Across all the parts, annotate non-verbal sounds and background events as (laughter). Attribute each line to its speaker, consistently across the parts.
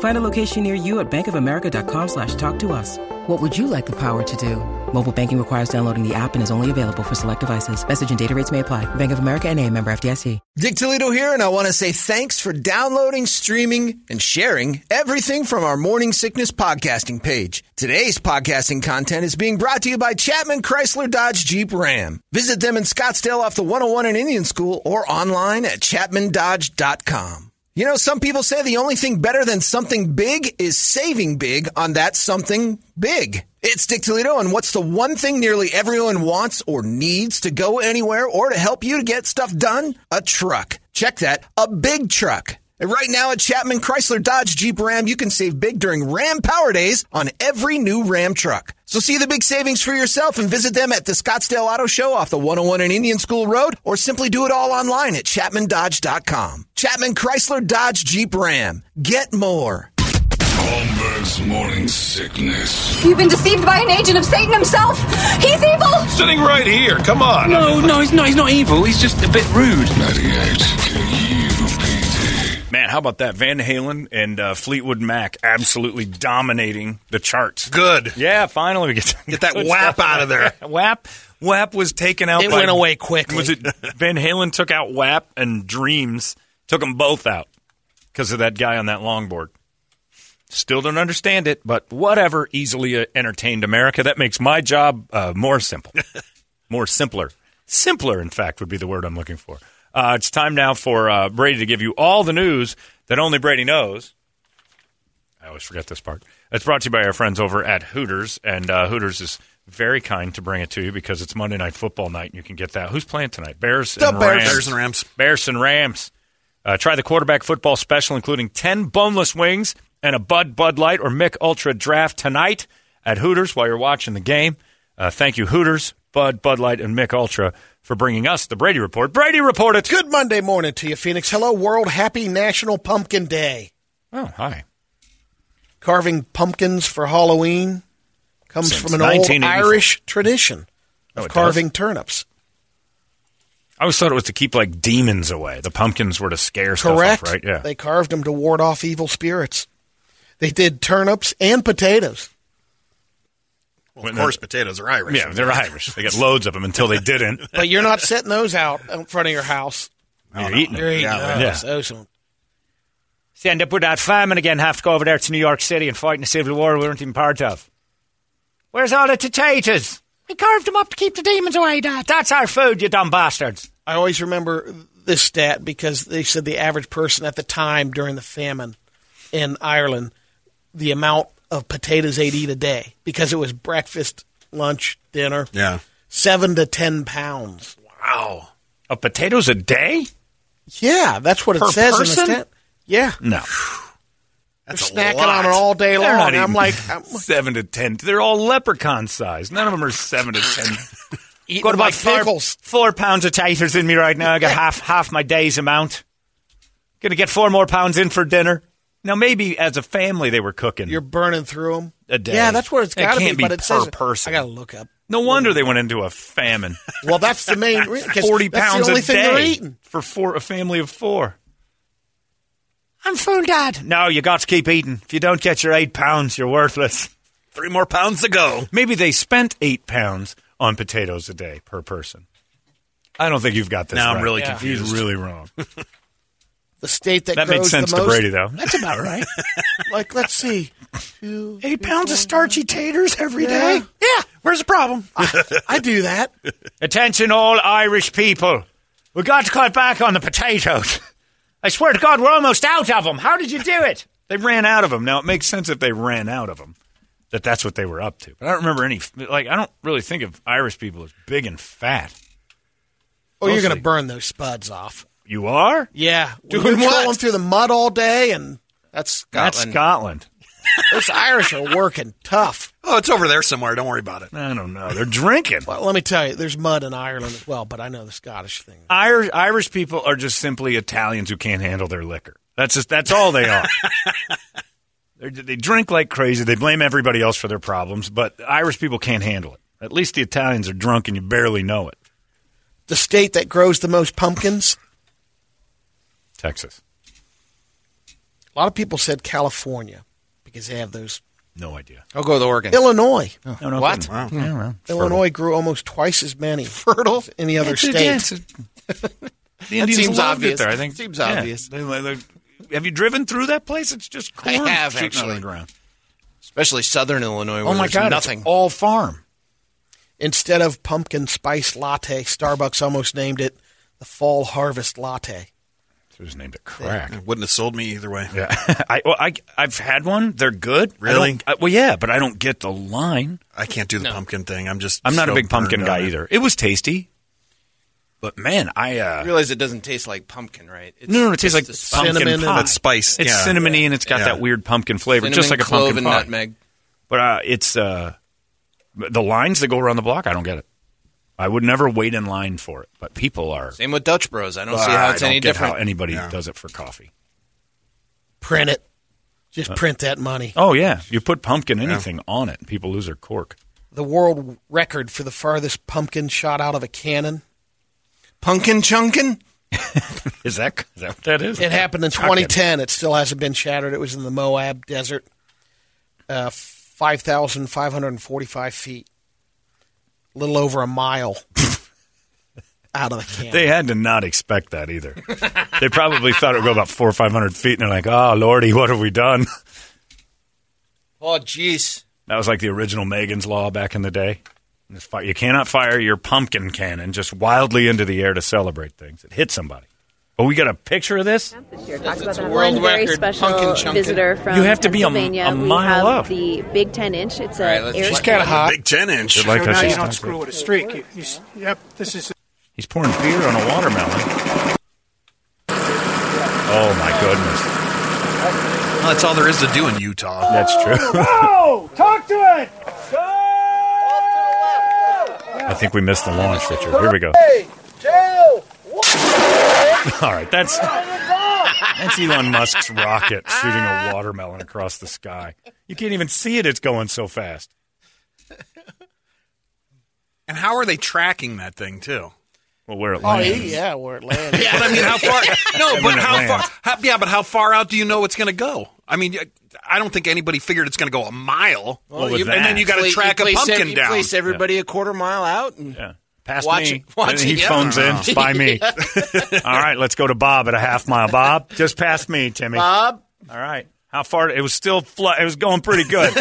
Speaker 1: Find a location near you at bankofamerica.com slash talk to us. What would you like the power to do? Mobile banking requires downloading the app and is only available for select devices. Message and data rates may apply. Bank of America and a member FDIC.
Speaker 2: Dick Toledo here, and I want to say thanks for downloading, streaming, and sharing everything from our Morning Sickness podcasting page. Today's podcasting content is being brought to you by Chapman Chrysler Dodge Jeep Ram. Visit them in Scottsdale off the 101 in Indian School or online at chapmandodge.com. You know, some people say the only thing better than something big is saving big on that something big. It's Dick Toledo, and what's the one thing nearly everyone wants or needs to go anywhere or to help you to get stuff done? A truck. Check that, a big truck. And right now at Chapman Chrysler Dodge Jeep Ram, you can save big during Ram Power Days on every new Ram truck. So see the big savings for yourself and visit them at the Scottsdale Auto Show off the 101 in Indian School Road or simply do it all online at chapmandodge.com. Chapman Chrysler Dodge Jeep Ram. Get more.
Speaker 3: Holmberg's morning sickness.
Speaker 4: You've been deceived by an agent of Satan himself. He's evil.
Speaker 3: Sitting right here, come on.
Speaker 5: No, no, he's not. He's not evil. He's just a bit rude.
Speaker 3: 98 KUPD.
Speaker 6: Man, how about that? Van Halen and uh, Fleetwood Mac absolutely dominating the charts.
Speaker 7: Good.
Speaker 6: Yeah, finally we get to (laughs)
Speaker 7: Get that WAP out of there.
Speaker 6: WAP, WAP was taken out.
Speaker 7: It
Speaker 6: by-
Speaker 7: went away quickly. (laughs)
Speaker 6: Was it Van Halen took out WAP and Dreams? Took them both out because of that guy on that longboard. Still don't understand it, but whatever. Easily uh, entertained America. That makes my job uh, more simple, more simpler, simpler. In fact, would be the word I'm looking for. Uh, it's time now for uh, Brady to give you all the news that only Brady knows. I always forget this part. It's brought to you by our friends over at Hooters, and uh, Hooters is very kind to bring it to you because it's Monday night football night, and you can get that. Who's playing tonight? Bears
Speaker 7: The
Speaker 6: and
Speaker 7: Bears.
Speaker 6: Rams.
Speaker 7: Bears and Rams.
Speaker 6: Bears and Rams. Uh, try the quarterback football special, including 10 boneless wings and a Bud Bud Light or Mick Ultra draft tonight at Hooters while you're watching the game. Uh, thank you, Hooters, Bud, Bud Light, and Mick Ultra for bringing us the Brady Report. Brady Report it.
Speaker 8: Good Monday morning to you, Phoenix. Hello, world. Happy National Pumpkin Day.
Speaker 6: Oh, hi.
Speaker 8: Carving pumpkins for Halloween comes
Speaker 6: Since
Speaker 8: from an old
Speaker 6: 1984.
Speaker 8: Irish tradition
Speaker 6: Oh,
Speaker 8: of
Speaker 6: it does?
Speaker 8: carving turnips.
Speaker 6: I always thought it was to keep like demons away. The pumpkins were to scare
Speaker 8: Correct.
Speaker 6: stuff off, right? Yeah.
Speaker 8: They carved them to ward off evil spirits. They did turnips and potatoes.
Speaker 7: Well, of course, potatoes are Irish.
Speaker 6: yeah, they're Irish. They got loads of them until they
Speaker 8: (laughs)
Speaker 6: didn't.
Speaker 8: But you're not setting those out in front of your house.
Speaker 6: They're eating
Speaker 8: You're eating
Speaker 6: Yeah.
Speaker 8: those. Those are-
Speaker 6: Stand up with that famine again, have to go over there to New York City and fight in a civil war we weren't even part of. Where's all the potatoes? We carved them up to keep the demons away, Dad. That's our food, you dumb bastards.
Speaker 8: I always remember this stat because they said the average person at the time during the famine in Ireland, the amount of potatoes they'd eat a day because it was breakfast, lunch, dinner.
Speaker 7: Yeah.
Speaker 8: Seven to ten pounds.
Speaker 7: Wow.
Speaker 6: A potatoes a day?
Speaker 8: Yeah, that's what it
Speaker 7: Per
Speaker 8: says
Speaker 7: person?
Speaker 8: in the stat. Yeah.
Speaker 6: No.
Speaker 7: That's
Speaker 8: They're
Speaker 7: a
Speaker 8: snacking
Speaker 7: lot.
Speaker 8: on it all day
Speaker 6: They're
Speaker 8: long.
Speaker 6: not
Speaker 8: I'm
Speaker 6: eating
Speaker 8: like, (laughs) I'm,
Speaker 6: seven to ten. They're all leprechaun sized. None of them are seven to ten. (laughs)
Speaker 8: Eating
Speaker 6: Got about
Speaker 8: like
Speaker 6: four,
Speaker 8: pickles.
Speaker 6: four pounds of taters in me right now. I got half half my day's amount. Gonna get four more pounds in for dinner. Now maybe as a family they were cooking.
Speaker 8: you're burning through them.
Speaker 6: A day.
Speaker 8: Yeah, that's what it's
Speaker 6: It
Speaker 8: got to
Speaker 6: can't be
Speaker 8: but it
Speaker 6: per
Speaker 8: says
Speaker 6: person.
Speaker 8: I got to look up.
Speaker 6: no wonder they went into a famine.
Speaker 8: Well, that's the main reason. (laughs) 'cause
Speaker 6: Forty
Speaker 8: that's
Speaker 6: pounds
Speaker 8: the only
Speaker 6: a
Speaker 8: thing
Speaker 6: day
Speaker 8: they're eating.
Speaker 6: for four, a family of four. I'm full, Dad. No, you got to keep eating. If you don't get your eight pounds, you're worthless.
Speaker 7: Three more pounds to go.
Speaker 6: Maybe they spent eight pounds on potatoes a day per person. I don't think you've got this.
Speaker 7: Now I'm
Speaker 6: right.
Speaker 7: really
Speaker 6: He's
Speaker 7: confused.
Speaker 6: really wrong.
Speaker 8: The state that,
Speaker 6: That
Speaker 8: grows
Speaker 6: makes sense
Speaker 8: the
Speaker 6: to
Speaker 8: most,
Speaker 6: Brady, though. That's about right.
Speaker 8: (laughs) Like, let's see. Two,
Speaker 6: eight pounds of starchy taters every day.
Speaker 8: Yeah.
Speaker 6: Yeah. Where's the problem?
Speaker 8: I do that.
Speaker 6: Attention, all Irish people We got to cut back on the potatoes. (laughs) I swear to God, we're almost out of them. How did you do it? (laughs) They ran out of them. Now it makes sense if they ran out of them that that's what they were up to. But I don't remember any. Like I don't really think of Irish people as big and fat.
Speaker 8: Oh, you're going
Speaker 6: Mostly.
Speaker 8: to burn those spuds off.
Speaker 6: You are.
Speaker 8: Yeah,
Speaker 2: Doing
Speaker 8: we were
Speaker 2: what?
Speaker 8: trolling through the mud all day, and
Speaker 2: That's Scotland.
Speaker 6: That's Scotland.
Speaker 8: those Irish are working tough.
Speaker 7: Oh, it's over there somewhere. Don't worry about it.
Speaker 6: I don't know. They're drinking.
Speaker 8: Well, let me tell you, there's mud in Ireland as well, but I know the Scottish thing.
Speaker 6: Irish Irish people are just simply Italians who can't handle their liquor. That's just that's all they are. They're, they drink like crazy. They blame everybody else for their problems, but Irish people can't handle it. At least the Italians are drunk and you barely know it.
Speaker 8: The state that grows the most pumpkins.
Speaker 6: Texas,
Speaker 8: A lot of people said California because they have those.
Speaker 6: no idea.
Speaker 2: I'll go with Oregon.
Speaker 8: Illinois,
Speaker 6: No, no
Speaker 2: Oh, What?
Speaker 6: kidding. Yeah, well,
Speaker 8: Illinois grew almost twice as many fertile as any other
Speaker 6: It's-
Speaker 8: state.
Speaker 6: it's-
Speaker 2: (laughs)
Speaker 6: the Indians
Speaker 2: seems
Speaker 6: loved
Speaker 2: obvious.
Speaker 6: It there, I think
Speaker 2: Seems
Speaker 6: Yeah.
Speaker 2: obvious.
Speaker 6: They- they- they- have you driven through that place? It's just
Speaker 2: I
Speaker 6: corn
Speaker 2: have,
Speaker 6: shooting out of
Speaker 2: actually.
Speaker 6: the ground.
Speaker 2: Especially southern Illinois where
Speaker 6: Oh my
Speaker 2: there's
Speaker 6: God!
Speaker 2: nothing.
Speaker 6: It's all farm.
Speaker 8: Instead of pumpkin spice latte, Starbucks almost named it the fall harvest latte.
Speaker 6: It was named a crack.
Speaker 7: It wouldn't have sold me either way.
Speaker 6: Yeah, (laughs) I, well, I I've had one. They're good. I
Speaker 7: Really?
Speaker 6: don't- I- well, yeah, but I don't get the line.
Speaker 7: I can't do the pumpkin thing. I'm just.
Speaker 6: I'm not a
Speaker 7: so
Speaker 6: big pumpkin
Speaker 7: burned on
Speaker 6: guy
Speaker 7: it.
Speaker 6: either. It was tasty, but man, I
Speaker 2: I
Speaker 6: uh,
Speaker 2: realize it doesn't taste like pumpkin, right? It's
Speaker 6: no, no, it tastes like
Speaker 2: just the
Speaker 6: pumpkin
Speaker 8: cinnamon and
Speaker 6: pie.
Speaker 8: that
Speaker 7: spice,
Speaker 6: It's
Speaker 7: yeah.
Speaker 6: cinnamony and it's got
Speaker 7: Yeah.
Speaker 6: that weird pumpkin flavor,
Speaker 2: cinnamon,
Speaker 6: just like a
Speaker 2: clove,
Speaker 6: pumpkin
Speaker 2: and
Speaker 6: pie.
Speaker 2: nutmeg.
Speaker 6: But uh, it's uh, the lines that go around the block. I don't get it. I would never wait in line for it. But people are.
Speaker 2: Same with Dutch Bros. I don't see
Speaker 6: I
Speaker 2: how it's
Speaker 6: don't
Speaker 2: any
Speaker 6: get
Speaker 2: different.
Speaker 6: How anybody
Speaker 7: Yeah.
Speaker 6: does it for coffee?
Speaker 8: Print it.
Speaker 6: Uh.
Speaker 8: Just print that money.
Speaker 6: Oh yeah, you put pumpkin anything on it, people lose their cork.
Speaker 8: The world record for the farthest pumpkin shot out of a cannon.
Speaker 2: Pumpkin chunkin?
Speaker 6: Is that is that what that is?
Speaker 8: It happened in
Speaker 6: Shotgun.
Speaker 8: 2010. It still hasn't been shattered. It was in the Moab Desert, uh, 5,545 feet, a little over a mile (laughs) out of the canyon.
Speaker 6: They had to not expect that either. they probably thought it would go about four or five hundred feet, and they're like, "Oh lordy, what have we done?"
Speaker 2: Oh, jeez.
Speaker 6: That was like the original Megan's Law back in the day. This fi- You cannot fire your pumpkin cannon just wildly into the air to celebrate things. It hit somebody. Oh, we got a picture of this.
Speaker 2: It's a world record. pumpkin chunkin.
Speaker 6: you have to be a, a mile up.
Speaker 9: Big 10 inch. It's
Speaker 2: All right, let's
Speaker 8: She's
Speaker 2: just
Speaker 8: kind of hot.
Speaker 7: Big ten inch.
Speaker 6: Like I said,
Speaker 10: with a streak. You, you s- yep, this is.
Speaker 6: He's pouring beer on a watermelon. Oh my goodness,
Speaker 7: Well, that's all there is to do in Utah.
Speaker 6: that's true.
Speaker 10: Oh, talk to it.
Speaker 6: I think we missed the launch, Richard. Here we go. (laughs) All right, that's that's Elon Musk's rocket shooting a watermelon across the sky. You can't even see it; it's going so fast.
Speaker 7: And how are they tracking that thing too?
Speaker 6: Well, where it
Speaker 8: Oh,
Speaker 6: lands.
Speaker 8: yeah, where it landed.
Speaker 7: But I mean, how
Speaker 6: (laughs)
Speaker 7: far? No,
Speaker 6: when
Speaker 7: but
Speaker 6: it
Speaker 7: how far?
Speaker 6: lands.
Speaker 7: How, yeah, but how far out do you know it's going to go? I mean, I- I don't think anybody figured it's going to go a mile.
Speaker 6: Well, with
Speaker 7: you- and then
Speaker 6: that-
Speaker 7: you got to
Speaker 2: Place-
Speaker 7: track
Speaker 2: you
Speaker 7: a
Speaker 2: place
Speaker 7: pumpkin
Speaker 2: ev- you
Speaker 7: down.
Speaker 2: place everybody a quarter mile out. And
Speaker 6: Yeah. Pass
Speaker 2: Watch
Speaker 6: me.
Speaker 2: it- watch
Speaker 6: And he
Speaker 2: it, yeah.
Speaker 6: phones in,
Speaker 2: (laughs)
Speaker 6: spy me. All right, let's go to Bob at a half mile. Bob, just pass me, Timmy.
Speaker 2: Bob,
Speaker 6: All right. How far? It was still fl- it was going pretty
Speaker 2: (laughs)
Speaker 6: good.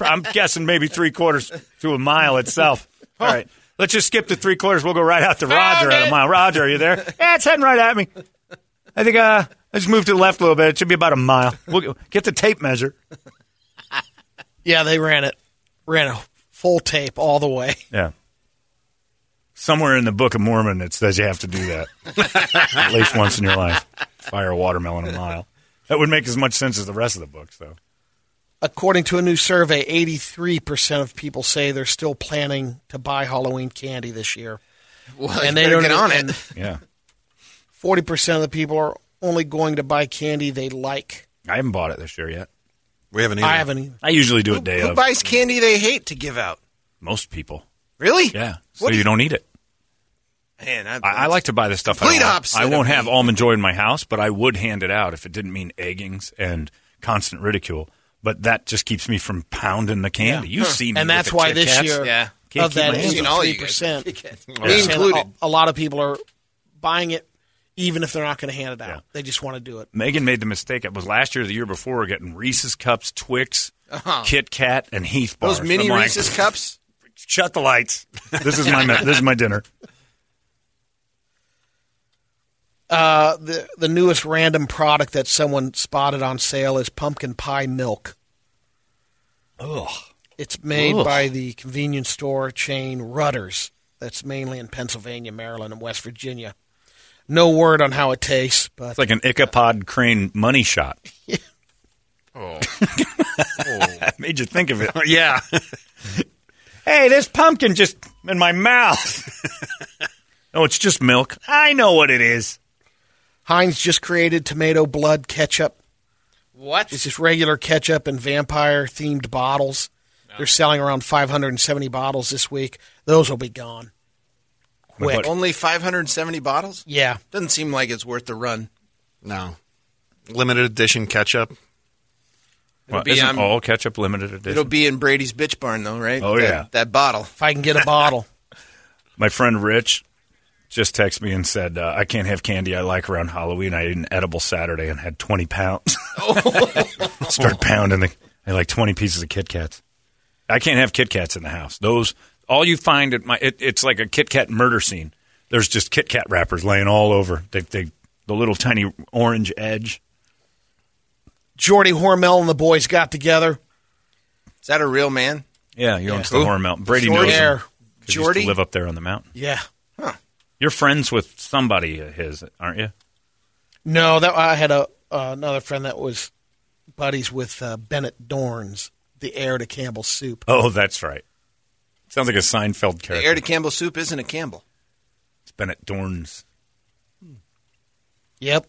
Speaker 6: I'm guessing maybe three quarters to a mile itself. All right. Let's just skip the three quarters. We'll go right out to Roger at a mile. Roger, are you there?
Speaker 2: (laughs)
Speaker 6: Yeah, it's heading right at me. I think uh, I just moved to the left a little bit. It should be about a mile. We'll go- get the tape measure.
Speaker 8: (laughs) yeah, they ran it. Ran a full tape all the way.
Speaker 6: Yeah. Somewhere in the Book of Mormon, it says you have to do that at least once in your life. Fire a watermelon a mile. That would make as much sense as the rest of the books, though.
Speaker 8: According to a new survey, 83% of people say they're still planning to buy Halloween candy this year.
Speaker 2: well,
Speaker 8: And
Speaker 2: you
Speaker 8: they
Speaker 2: better
Speaker 8: don't
Speaker 2: get on
Speaker 8: and
Speaker 2: it.
Speaker 6: Yeah.
Speaker 8: Forty percent of the people are only going to buy candy they like.
Speaker 6: I haven't bought it this year yet.
Speaker 7: we haven't.
Speaker 8: I haven't even.
Speaker 6: I usually do it day
Speaker 2: Who
Speaker 6: of.
Speaker 2: buys candy they hate to give out?
Speaker 6: Most people.
Speaker 2: Really?
Speaker 6: Yeah. So
Speaker 2: What do
Speaker 6: you
Speaker 2: you-
Speaker 6: don't eat it.
Speaker 2: Man, I,
Speaker 6: I, I like to buy the stuff. I
Speaker 2: Complete
Speaker 6: want.
Speaker 2: opposite
Speaker 6: I won't
Speaker 2: of
Speaker 6: have
Speaker 2: me.
Speaker 6: almond joy in my house, but I would hand it out if it didn't mean eggings and constant ridicule. But that just keeps me from pounding the candy. You see me,
Speaker 8: And
Speaker 6: with
Speaker 8: that's
Speaker 6: the
Speaker 8: why
Speaker 6: Kit
Speaker 8: this
Speaker 6: Kats.
Speaker 8: year
Speaker 2: Yeah.
Speaker 6: Can't
Speaker 8: of
Speaker 6: keep
Speaker 8: that
Speaker 6: my hands
Speaker 2: Seen all you
Speaker 8: eighty-three
Speaker 2: guys.
Speaker 8: percent,
Speaker 2: Me included.
Speaker 8: a lot of people are buying it, even if they're not going to hand it out. They just want to do it.
Speaker 6: Megan made the mistake. It was last year, or the year before, we're getting Reese's cups, Twix, Kit Kat, and Heath bars.
Speaker 2: Uh-huh. Those mini
Speaker 6: I'm like,
Speaker 2: Reese's cups.
Speaker 6: Shut the lights. This is my me- this is my dinner.
Speaker 8: Uh, the the newest random product that someone spotted on sale is pumpkin pie milk.
Speaker 9: Ugh.
Speaker 8: It's made
Speaker 9: Ugh.
Speaker 8: by the convenience store chain Rudders. That's mainly in Pennsylvania, Maryland, and West Virginia. No word on how it tastes, but
Speaker 6: It's like an Ichabod Crane
Speaker 2: (laughs)
Speaker 6: money shot.
Speaker 7: Oh.
Speaker 2: Oh.
Speaker 6: (laughs) Made you think
Speaker 2: (laughs)
Speaker 6: of it.
Speaker 7: yeah.
Speaker 6: hey, this pumpkin just in my mouth. (laughs) oh, it's just milk. I know what it is.
Speaker 8: Heinz just created tomato blood ketchup.
Speaker 11: What?
Speaker 8: It's just regular ketchup in vampire themed bottles. They're selling around 570 bottles this week. Those will be gone. Quick.
Speaker 2: Only 570 bottles?
Speaker 8: Yeah.
Speaker 2: Doesn't seem like it's worth the run.
Speaker 7: No. Limited edition ketchup.
Speaker 2: It'll Well, be um, isn't on- all
Speaker 6: ketchup limited
Speaker 2: It'll be in Brady's Bitch Barn, though, right?
Speaker 6: Oh,
Speaker 2: That-
Speaker 6: yeah.
Speaker 2: That bottle.
Speaker 8: If I can get
Speaker 6: (laughs)
Speaker 8: a bottle.
Speaker 6: My friend Rich just texted me and said, uh, I can't have candy I like around Halloween. I ate an edible Saturday and had 20 pounds. (laughs) Start pounding. The, I had like 20 pieces of Kit Kats. I can't have Kit Kats in the house. Those, all you find at my, it, it's like a Kit Kat murder scene. There's just Kit Kat wrappers laying all over. They, they, the little tiny orange edge.
Speaker 8: Jordy Hormel and the boys got together.
Speaker 2: Is that a real man?
Speaker 6: Yeah, he owns
Speaker 8: Yeah.
Speaker 6: the Horn Mountain. Brady
Speaker 8: Jordy.
Speaker 6: knows him.
Speaker 8: There.
Speaker 6: 'cause he used to
Speaker 8: Jordy?
Speaker 6: live up there on the mountain.
Speaker 8: Yeah.
Speaker 6: You're friends with somebody of his, aren't you?
Speaker 8: No, that I had a uh, another friend that was buddies with uh, Bennett Dorns, the heir to Campbell's Soup.
Speaker 6: Oh, that's right. Sounds like a Seinfeld
Speaker 2: The
Speaker 6: character.
Speaker 2: heir to Campbell soup isn't a Campbell.
Speaker 6: It's Bennett Dorns.
Speaker 8: Yep.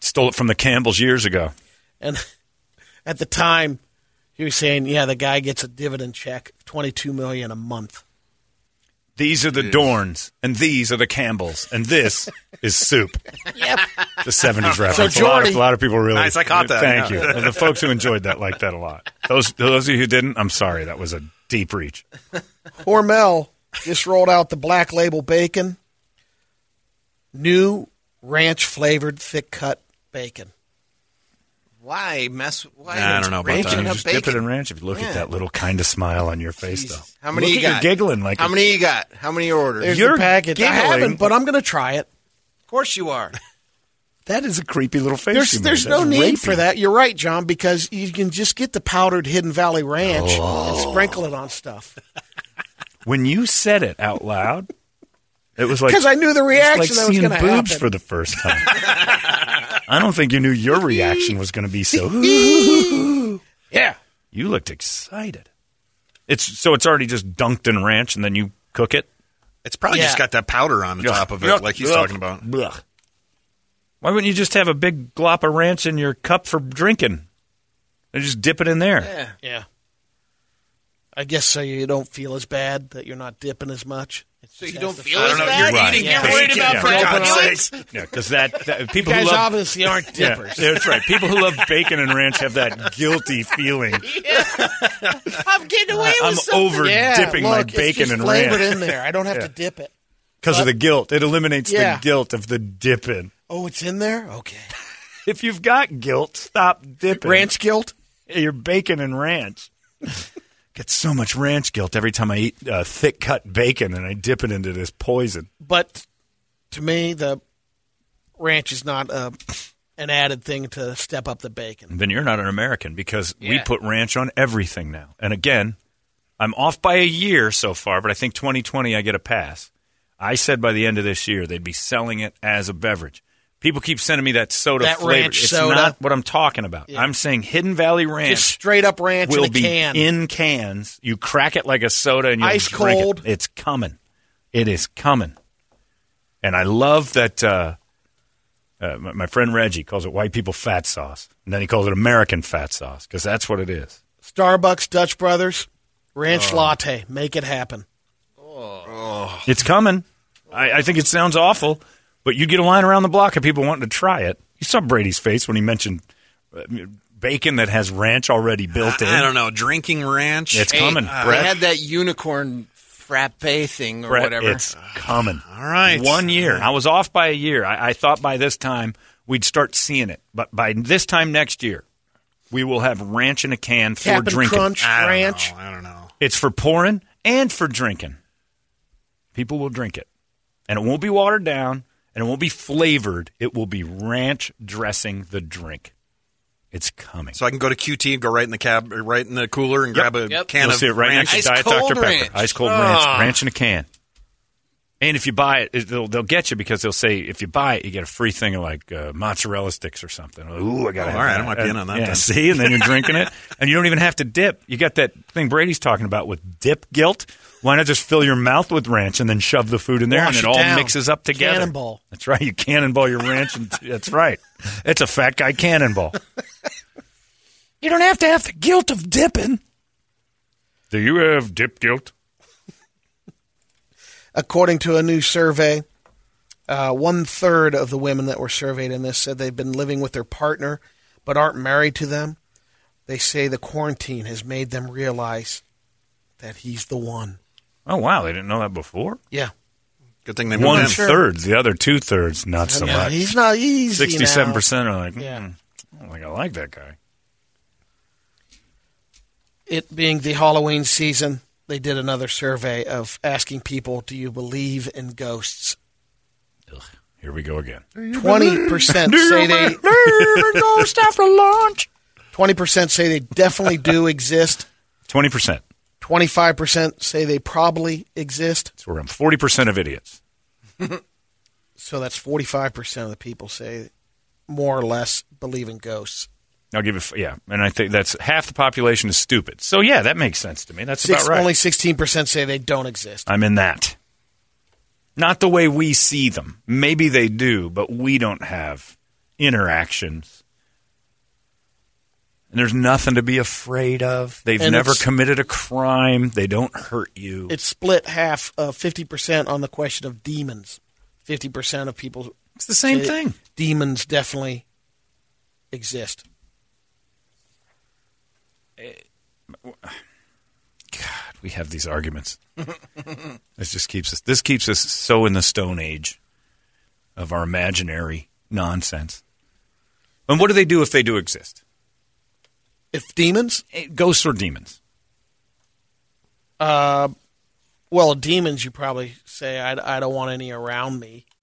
Speaker 6: Stole it from the Campbells years ago.
Speaker 8: And (laughs) at the time, he was saying, "Yeah, the guy gets a dividend check, twenty two million a month."
Speaker 6: These are the Dorns, and these are the Campbells, and this is soup.
Speaker 8: Yep.
Speaker 6: The 70s reference. a,
Speaker 8: So
Speaker 6: lot
Speaker 8: Jordy,
Speaker 6: of, a lot of people really.
Speaker 7: Nice, I caught that,
Speaker 6: Thank
Speaker 7: yeah.
Speaker 6: you. And the folks who enjoyed that liked that a lot. Those, those of you who didn't, I'm sorry. That was a deep reach.
Speaker 8: Hormel just rolled out the Black Label Bacon, new ranch flavored thick cut bacon.
Speaker 2: Why mess? Why?
Speaker 6: I
Speaker 2: it's
Speaker 6: don't know about
Speaker 2: ranch
Speaker 6: that.
Speaker 2: and
Speaker 6: You
Speaker 2: a
Speaker 6: just dip it
Speaker 2: bacon.
Speaker 6: in ranch. If you look
Speaker 2: Yeah.
Speaker 6: at that little kind of smile on your face, though.
Speaker 2: How many
Speaker 6: Look
Speaker 2: you
Speaker 6: at you
Speaker 2: got?
Speaker 6: giggling like
Speaker 2: How
Speaker 6: a-
Speaker 2: many you got? How many you ordered?
Speaker 8: There's
Speaker 6: You're
Speaker 8: the package. I
Speaker 6: giggling.
Speaker 8: haven't, but I'm going to try it.
Speaker 2: Of course you are.
Speaker 6: That is a creepy little face.
Speaker 8: There's
Speaker 6: you made.
Speaker 8: there's
Speaker 6: That's
Speaker 8: no need
Speaker 6: rapey.
Speaker 8: for that. You're right, John, because you can just get the powdered Hidden Valley Ranch
Speaker 6: Oh.
Speaker 8: and sprinkle it on stuff.
Speaker 6: When you said it out loud, it was (laughs) like
Speaker 8: 'Cause I knew the
Speaker 6: it
Speaker 8: reaction
Speaker 6: Like
Speaker 8: that was
Speaker 6: seeing
Speaker 8: gonna
Speaker 6: boobs
Speaker 8: happen.
Speaker 6: for the first time. I don't think you knew your reaction was going to be so.
Speaker 8: yeah,
Speaker 6: you looked excited. It's so it's already just dunked in ranch, and then you cook it.
Speaker 7: It's probably
Speaker 6: Yeah.
Speaker 7: just got that powder on the
Speaker 6: Yuck.
Speaker 7: top of it,
Speaker 6: Yuck.
Speaker 7: like he's
Speaker 6: Yuck.
Speaker 7: talking about.
Speaker 6: Blech. Why wouldn't you just have a big glop of ranch in your cup for drinking, and just dip it in there?
Speaker 2: Yeah.
Speaker 8: Yeah. I guess so you don't feel as bad that you're not dipping as much.
Speaker 2: So you don't
Speaker 7: I don't know.
Speaker 6: You're right.
Speaker 7: Eating,
Speaker 6: Yeah.
Speaker 7: You're worried about
Speaker 6: Yeah.
Speaker 7: for
Speaker 6: Yeah.
Speaker 7: God's sakes.
Speaker 6: Yeah, because that, that- people
Speaker 8: you guys
Speaker 6: who love,
Speaker 8: obviously
Speaker 6: (laughs)
Speaker 8: aren't
Speaker 6: Yeah,
Speaker 8: dippers.
Speaker 6: that's right. People who love bacon and ranch have
Speaker 8: (laughs)
Speaker 6: that guilty feeling.
Speaker 8: I'm getting away
Speaker 6: I'm over dipping my
Speaker 8: look, it's
Speaker 6: bacon
Speaker 8: just
Speaker 6: and
Speaker 8: flavored
Speaker 6: ranch.
Speaker 8: in there. I
Speaker 6: (laughs)
Speaker 8: don't have to dip it.
Speaker 6: Because of the guilt. It eliminates
Speaker 8: Yeah.
Speaker 6: the guilt of the dipping.
Speaker 8: Oh, it's in there. Okay.
Speaker 6: If you've got guilt, stop dipping.
Speaker 8: Ranch guilt.
Speaker 6: Your bacon and ranch. (laughs) Get so much ranch guilt every time I eat uh, thick cut bacon and I dip it into this poison.
Speaker 8: But to me, the ranch is not uh, an added thing to step up the bacon.
Speaker 6: Then you're not an American because we
Speaker 8: Yeah.
Speaker 6: put ranch on everything now. And again, I'm off by a year so far, but I think 2020 I get a pass. I said by the end of this year they'd be selling it as a beverage. People keep sending me that soda
Speaker 8: That
Speaker 6: flavor.
Speaker 8: ranch
Speaker 6: it's
Speaker 8: soda.
Speaker 6: not what I'm talking about. I'm saying Hidden Valley Ranch
Speaker 8: Just straight up ranch
Speaker 6: will
Speaker 8: in a
Speaker 6: be
Speaker 8: can.
Speaker 6: in cans. You crack it like a soda and you
Speaker 8: Ice
Speaker 6: drink
Speaker 8: cold.
Speaker 6: It. It's coming. It is coming. And I love that uh, uh, my, my friend Reggie calls it white people fat sauce, and then he calls it American fat sauce because that's what it is.
Speaker 8: Starbucks, Dutch Brothers, ranch
Speaker 6: Oh.
Speaker 8: latte. Make it happen.
Speaker 6: It's coming. I, I think it sounds awful, but you get a line around the block of people wanting to try it. You saw Brady's face when he mentioned uh, bacon that has ranch already built in.
Speaker 7: I, I don't know. uh, Drinking ranch.
Speaker 6: It's coming,
Speaker 2: Hey,
Speaker 6: Brett.
Speaker 2: They had that unicorn frappe thing or
Speaker 6: Brett,
Speaker 2: whatever.
Speaker 6: It's coming.
Speaker 7: All right.
Speaker 6: One year. I was off by a year. I, I thought by this time we'd start seeing it. But by this time next year, we will have ranch in a can for
Speaker 8: Cap and
Speaker 6: drinking.
Speaker 8: crunch,
Speaker 7: I don't
Speaker 8: ranch.
Speaker 7: know. I don't know.
Speaker 6: It's for pouring and for drinking. People will drink it. And it won't be watered down. and it won't be flavored. It will be ranch dressing the drink. It's coming.
Speaker 7: So I can go to QT and go right in the cab, or right in the cooler and
Speaker 6: Yep.
Speaker 7: grab a
Speaker 6: Yep.
Speaker 7: can
Speaker 6: You'll
Speaker 7: of
Speaker 6: see it right
Speaker 7: ranch.
Speaker 6: next to Diet Dr. Pepper. Ice cold ranch,
Speaker 7: Ah.
Speaker 6: ranch in a can. And if you buy it, it- they'll, they'll get you because they'll say if you buy it, you get a free thing of like uh, mozzarella sticks or something. Ooh, I got
Speaker 7: Oh,
Speaker 6: to.
Speaker 7: all right, I might be in on that
Speaker 6: Yeah,
Speaker 7: then.
Speaker 6: see, and then you're
Speaker 7: (laughs)
Speaker 6: drinking it, and you don't even have to dip. You got that thing Brady's talking about with dip guilt. Why not just fill your mouth with ranch and then shove the food in there, and
Speaker 8: Wash
Speaker 6: it,
Speaker 8: it
Speaker 6: all
Speaker 8: down.
Speaker 6: mixes up together.
Speaker 8: Cannonball.
Speaker 6: That's right. You cannonball your ranch. And, that's right. It's a fat guy cannonball. You don't have to have the guilt of dipping. Do you have dip guilt?
Speaker 8: According to a new survey, uh, one third of the women that were surveyed in this said they've been living with their partner but aren't married to them. They say the quarantine has made them realize that he's the one.
Speaker 6: Oh wow, they didn't know that before.
Speaker 8: Yeah.
Speaker 7: Good thing
Speaker 8: moved
Speaker 6: one
Speaker 8: in. Sure.
Speaker 6: third, the other two thirds, not so
Speaker 8: Yeah,
Speaker 6: much.
Speaker 8: he's not easy.
Speaker 6: Sixty-seven
Speaker 8: now.
Speaker 6: percent are like,
Speaker 8: Yeah.
Speaker 6: yeah, I don't think I like that guy.
Speaker 8: it being the Halloween season, they did another survey of asking people, "Do you believe in ghosts?"
Speaker 6: Here we go again.
Speaker 8: Twenty percent say they
Speaker 6: ghost after lunch.
Speaker 8: Twenty percent say they definitely (laughs) do exist.
Speaker 6: Twenty percent.
Speaker 8: Twenty-five percent say they probably exist.
Speaker 6: That's where I'm. Forty percent of idiots.
Speaker 8: So that's forty-five percent of the people say more or less believe in ghosts.
Speaker 6: I'll give you. f- Yeah, and I think that's half the population is stupid. So yeah, that makes sense to me. That's
Speaker 8: Six,
Speaker 6: about right.
Speaker 8: Only sixteen percent say they don't exist.
Speaker 6: I'm in that. Not the way we see them. Maybe they do, but we don't have interactions. And there's nothing to be afraid of. They've
Speaker 8: And
Speaker 6: never
Speaker 8: it's-
Speaker 6: committed a crime. They don't hurt you.
Speaker 8: It's split half of fifty percent on the question of demons. Fifty percent of people.
Speaker 6: It's the same
Speaker 8: say
Speaker 6: thing.
Speaker 8: Demons definitely exist.
Speaker 6: God, we have these arguments. (laughs) This just keeps us. This keeps us so in the stone age of our imaginary nonsense. And what do they do if they do exist?
Speaker 8: If demons,
Speaker 6: Eh, Ghosts or demons?
Speaker 8: uh, well, demons, you probably say I, I don't want any around me.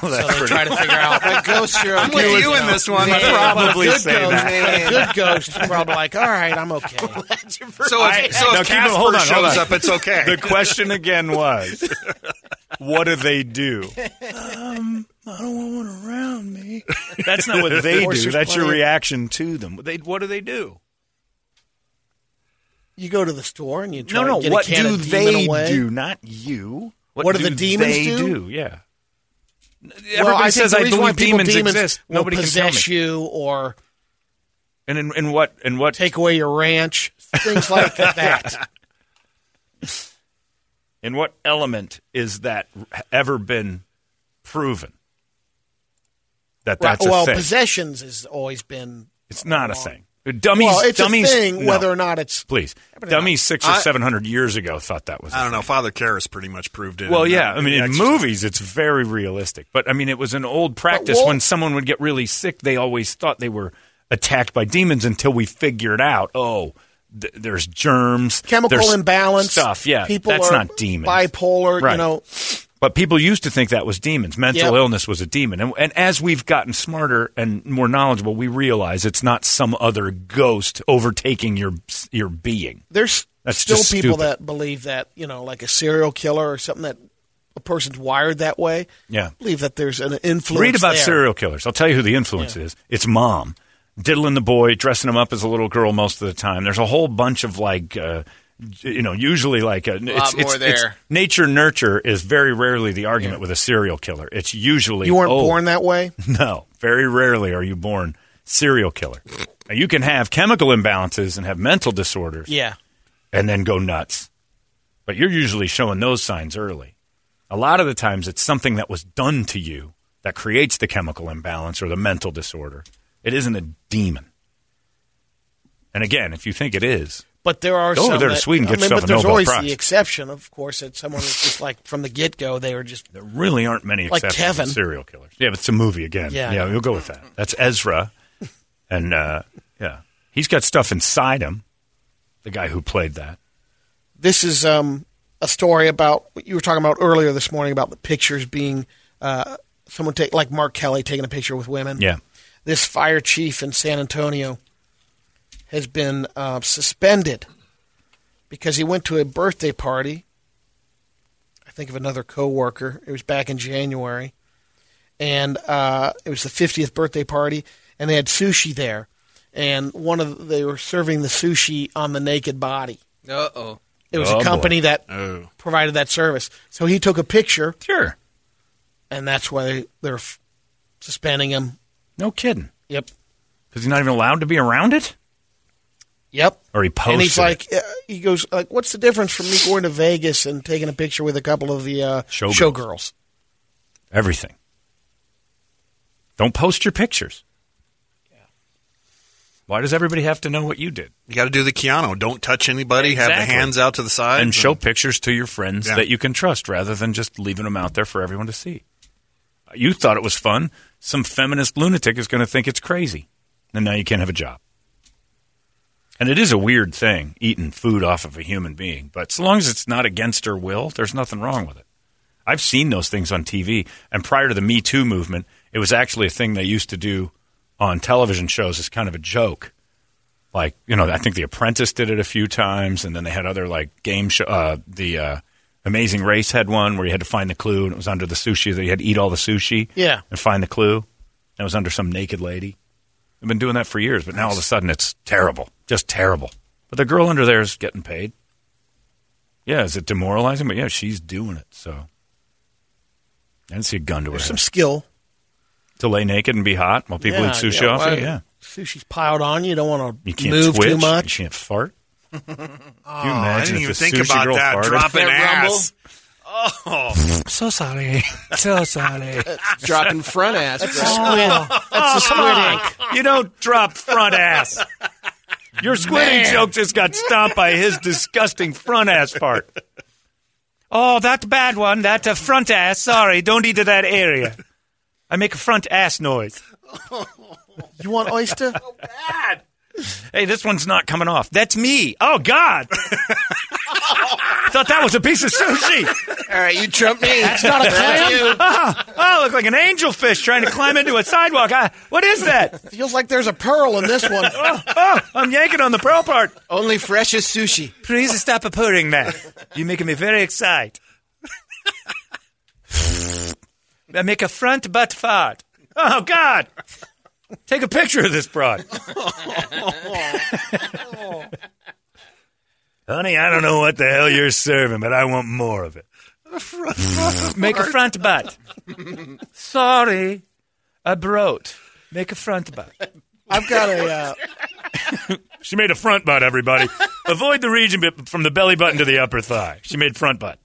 Speaker 8: So they try to
Speaker 7: (laughs)
Speaker 8: figure out what ghosts you're okay
Speaker 7: I'm with you in this one.
Speaker 8: Yeah,
Speaker 7: I'd
Speaker 8: but a
Speaker 7: probably
Speaker 8: good
Speaker 7: say
Speaker 6: (laughs)
Speaker 8: ghost,
Speaker 7: that.
Speaker 8: a good ghost, you're probably like, all right, I'm (laughs) okay.
Speaker 7: So if, so
Speaker 6: Now,
Speaker 7: if
Speaker 6: keep it-
Speaker 7: Casper
Speaker 6: hold on, hold
Speaker 7: shows
Speaker 6: on.
Speaker 7: up, it's okay.
Speaker 6: The question again
Speaker 7: (laughs)
Speaker 6: was, what do they do?
Speaker 12: Um, I don't want one around me.
Speaker 6: That's not what they
Speaker 8: Of
Speaker 6: do.
Speaker 8: course, there's
Speaker 6: That's your
Speaker 8: plenty of-
Speaker 6: reaction to them. They, what do they do?
Speaker 8: You go to the store and you try
Speaker 6: no,
Speaker 8: to
Speaker 6: no.
Speaker 8: get
Speaker 6: What
Speaker 8: a can
Speaker 6: do
Speaker 8: of demon
Speaker 6: they
Speaker 8: away.
Speaker 6: do? Not you.
Speaker 8: What do the demons
Speaker 6: they
Speaker 8: do?
Speaker 6: Yeah. Everybody
Speaker 8: Well, I think
Speaker 6: says
Speaker 8: the
Speaker 6: I
Speaker 8: reason why
Speaker 6: believe
Speaker 8: people-
Speaker 6: demons,
Speaker 8: demons
Speaker 6: exist.
Speaker 8: will
Speaker 6: Nobody can tell me.
Speaker 8: possess you or
Speaker 6: And in, in what? In what?
Speaker 8: take away your ranch,
Speaker 6: (laughs)
Speaker 8: things like that.
Speaker 6: In what element is that ever been proven? That that's
Speaker 8: Right,
Speaker 6: a
Speaker 8: well,
Speaker 6: thing.
Speaker 8: possessions has always been.
Speaker 6: it's not a thing. Dummies.
Speaker 8: well, it's
Speaker 6: dummies.
Speaker 8: a thing
Speaker 6: no.
Speaker 8: whether or not it's
Speaker 6: Please, dummies six or
Speaker 7: I-
Speaker 6: seven hundred years ago thought that was. a
Speaker 7: I don't know. Father Karras pretty much proved it.
Speaker 6: Well,
Speaker 7: in
Speaker 6: yeah.
Speaker 7: that
Speaker 6: I mean, in
Speaker 7: exercise.
Speaker 6: movies, it's very realistic. But I mean, it was an old practice
Speaker 8: Walt-
Speaker 6: when someone would get really sick. They always thought they were attacked by demons until we figured out, oh, th- there's germs,
Speaker 8: chemical
Speaker 6: there's
Speaker 8: imbalance
Speaker 6: stuff. Yeah,
Speaker 8: people
Speaker 6: that's
Speaker 8: are
Speaker 6: not demons.
Speaker 8: bipolar.
Speaker 6: Right.
Speaker 8: You know,
Speaker 6: But people used to think that was demons. Mental
Speaker 8: Yep.
Speaker 6: illness was a demon. And, and as we've gotten smarter and more knowledgeable, we realize it's not some other ghost overtaking your your being.
Speaker 8: there's
Speaker 6: That's
Speaker 8: still
Speaker 6: just
Speaker 8: people
Speaker 6: stupid.
Speaker 8: that believe that you know, like a serial killer or something that a person's wired that way.
Speaker 6: Yeah.
Speaker 8: believe that there's an influence.
Speaker 6: Read about
Speaker 8: there.
Speaker 6: serial killers. I'll tell you who the influence is. It's mom diddling the boy, dressing him up as a little girl most of the time. There's a whole bunch of like, uh, you know, usually like a, it's,
Speaker 13: more
Speaker 6: it's, it's-
Speaker 13: there.
Speaker 6: nature nurture is very rarely the argument with a serial killer. It's usually
Speaker 8: You weren't
Speaker 6: oh,
Speaker 8: born that way.
Speaker 6: (laughs) No, very rarely are you born serial killer. Now, you can have chemical imbalances and have mental disorders
Speaker 8: Yeah,
Speaker 6: and then go nuts. But you're usually showing those signs early. A lot of the times it's something that was done to you that creates the chemical imbalance or the mental disorder. It isn't a demon. And again, if you think it is,
Speaker 8: But there are
Speaker 6: Go
Speaker 8: some
Speaker 6: over there to
Speaker 8: that-
Speaker 6: Sweden,
Speaker 8: I
Speaker 6: get
Speaker 8: mean,
Speaker 6: yourself
Speaker 8: but
Speaker 6: a
Speaker 8: there's
Speaker 6: Nobel
Speaker 8: always
Speaker 6: Prize.
Speaker 8: the exception, of course, that someone who's just like from the get go, they were just
Speaker 6: there really aren't many
Speaker 8: Like
Speaker 6: exceptions to
Speaker 8: Kevin.
Speaker 6: serial killers. Yeah, but it's a movie again.
Speaker 8: Yeah, I
Speaker 6: yeah,
Speaker 8: know.
Speaker 6: we'll go with that. That's
Speaker 8: (laughs)
Speaker 6: Ezra, and uh, yeah, he's got stuff inside him. The guy who played that.
Speaker 8: this is um, a story about what you were talking about earlier this morning about the pictures being uh, someone take like Mark Kelly taking a picture with women.
Speaker 6: Yeah.
Speaker 8: This fire chief in San Antonio has been uh, suspended because he went to a birthday party. I think of another coworker. It was back in January, and uh, it was the 50th birthday party, and they had sushi there, and one of they were serving the sushi on the naked body.
Speaker 13: Uh oh.
Speaker 8: It was a company that provided that service. So he took a picture.
Speaker 6: Sure.
Speaker 8: And that's why they, they're f- suspending him.
Speaker 6: No kidding.
Speaker 8: Yep.
Speaker 6: Because he's not even allowed to be around it.
Speaker 8: Yep.
Speaker 6: Or he posted.
Speaker 8: and he's
Speaker 6: it.
Speaker 8: like, uh, he goes, like, what's the difference from me going to Vegas and taking a picture with a couple of the uh,
Speaker 6: Showgirls.
Speaker 8: showgirls?
Speaker 6: everything. Don't post your pictures. Why does everybody have to know what you did?
Speaker 7: You got to do the Keanu. Don't touch anybody. Have the
Speaker 6: Exactly.
Speaker 7: hands out to the side.
Speaker 6: and show pictures to your friends
Speaker 7: Yeah.
Speaker 6: that you can trust rather than just leaving them out there for everyone to see. You thought it was fun. Some feminist lunatic is going to think it's crazy. And now you can't have a job. And it is a weird thing, eating food off of a human being. But so long as it's not against her will, there's nothing wrong with it. I've seen those things on TV. And prior to the Me Too movement, it was actually a thing they used to do on television shows as kind of a joke like you know, I think The Apprentice did it a few times, and then they had other like game show. Uh, the uh, Amazing Race had one where you had to find the clue, and it was under the sushi that you had to eat all the sushi,
Speaker 8: Yeah.
Speaker 6: and find the clue. And it was under some naked lady. I've been doing that for years, but now all of a sudden it's terrible, just terrible. But the girl under there is getting paid. Yeah, is it demoralizing? But yeah, she's doing it. So I didn't see a gun to her
Speaker 8: There's
Speaker 6: head.
Speaker 8: some skill.
Speaker 6: to lay naked and be hot while people eat sushi off
Speaker 8: why-
Speaker 6: you. Yeah,
Speaker 8: Sushi's piled on you. You don't want
Speaker 6: you
Speaker 8: to
Speaker 6: can't
Speaker 8: move
Speaker 6: twitch.
Speaker 8: too much.
Speaker 6: You can't (laughs) fart. Can you
Speaker 7: Oh, I didn't
Speaker 6: imagine if
Speaker 7: even
Speaker 6: the
Speaker 7: think
Speaker 6: sushi
Speaker 7: about
Speaker 6: girl
Speaker 7: that.
Speaker 6: farted?
Speaker 7: Dropping
Speaker 13: (laughs)
Speaker 7: ass.
Speaker 13: Oh.
Speaker 6: so sorry. So sorry.
Speaker 13: (laughs) Dropping front ass.
Speaker 8: That's
Speaker 6: Oh,
Speaker 13: bro.
Speaker 8: a squid. Oh, That's a squid ink.
Speaker 6: You don't drop front ass. Your squid
Speaker 13: Man.
Speaker 6: joke just got stomped by his disgusting front ass part. Oh, that bad one. That uh, front ass. Sorry, don't eat to that area. I make a front ass noise.
Speaker 8: You want oyster?
Speaker 6: Hey, this one's not coming off. That's me. Oh God! (laughs) Thought that was a piece of sushi.
Speaker 13: All right, you trumped me.
Speaker 6: That's not a clam. Ah, ah, I look like an angelfish trying to climb into a sidewalk. Ah, what is that?
Speaker 8: Feels like there's a pearl in this one.
Speaker 6: Oh, (laughs) oh, I'm yanking on the pearl part.
Speaker 13: Only freshest sushi.
Speaker 6: Please stop putting that. You're making me very excited. I make a front butt fart. Oh God! Take a picture of this broad. (laughs) Honey, I don't know what the hell you're serving, but I want more of it. Make a front butt. Sorry, I brote. Make a front butt.
Speaker 8: I've got a. Uh,
Speaker 6: She made a front butt, (laughs) everybody. Avoid the region bit from the belly button to the upper thigh. She made front butt.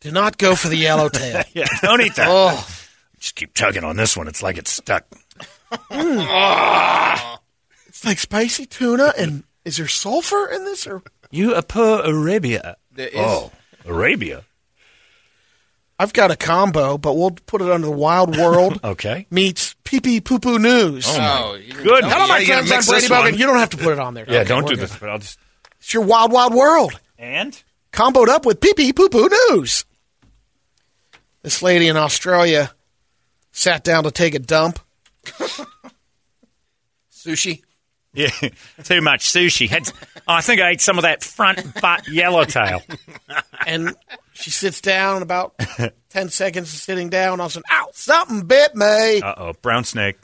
Speaker 8: do not go for the
Speaker 6: (laughs)
Speaker 8: yellowtail.
Speaker 6: Yeah, don't eat that.
Speaker 8: Oh.
Speaker 6: Just keep tugging on this one. It's like it's stuck.
Speaker 8: It's like spicy tuna, and is there sulfur in this? Or
Speaker 6: You a poor Arabia.
Speaker 13: There is-
Speaker 6: Oh, Arabia.
Speaker 8: I've got a combo, but we'll put it under the Wild World
Speaker 6: (laughs) Okay.
Speaker 8: meets Pee Pee Poo Poo News.
Speaker 6: Oh, my
Speaker 13: Oh, you-
Speaker 6: goodness.
Speaker 8: Hello, my
Speaker 7: you gotta
Speaker 8: friends.
Speaker 7: mix
Speaker 8: I'm Brady
Speaker 7: this
Speaker 8: Bogan.
Speaker 7: one.
Speaker 8: You don't have to put it on there.
Speaker 6: Yeah, don't
Speaker 8: we're
Speaker 6: do
Speaker 8: good.
Speaker 6: this. But I'll just
Speaker 8: It's your Wild Wild World
Speaker 6: and
Speaker 8: comboed up with Pee Pee Poo Poo News. This lady in Australia sat down to take a dump.
Speaker 13: Sushi.
Speaker 6: yeah, (laughs) too much sushi. Had, I think I ate some of that front butt (laughs) yellowtail.
Speaker 8: and she sits down about
Speaker 6: (laughs)
Speaker 8: 10 seconds of sitting down all of a sudden ow something bit me
Speaker 6: Uh oh, brown snake.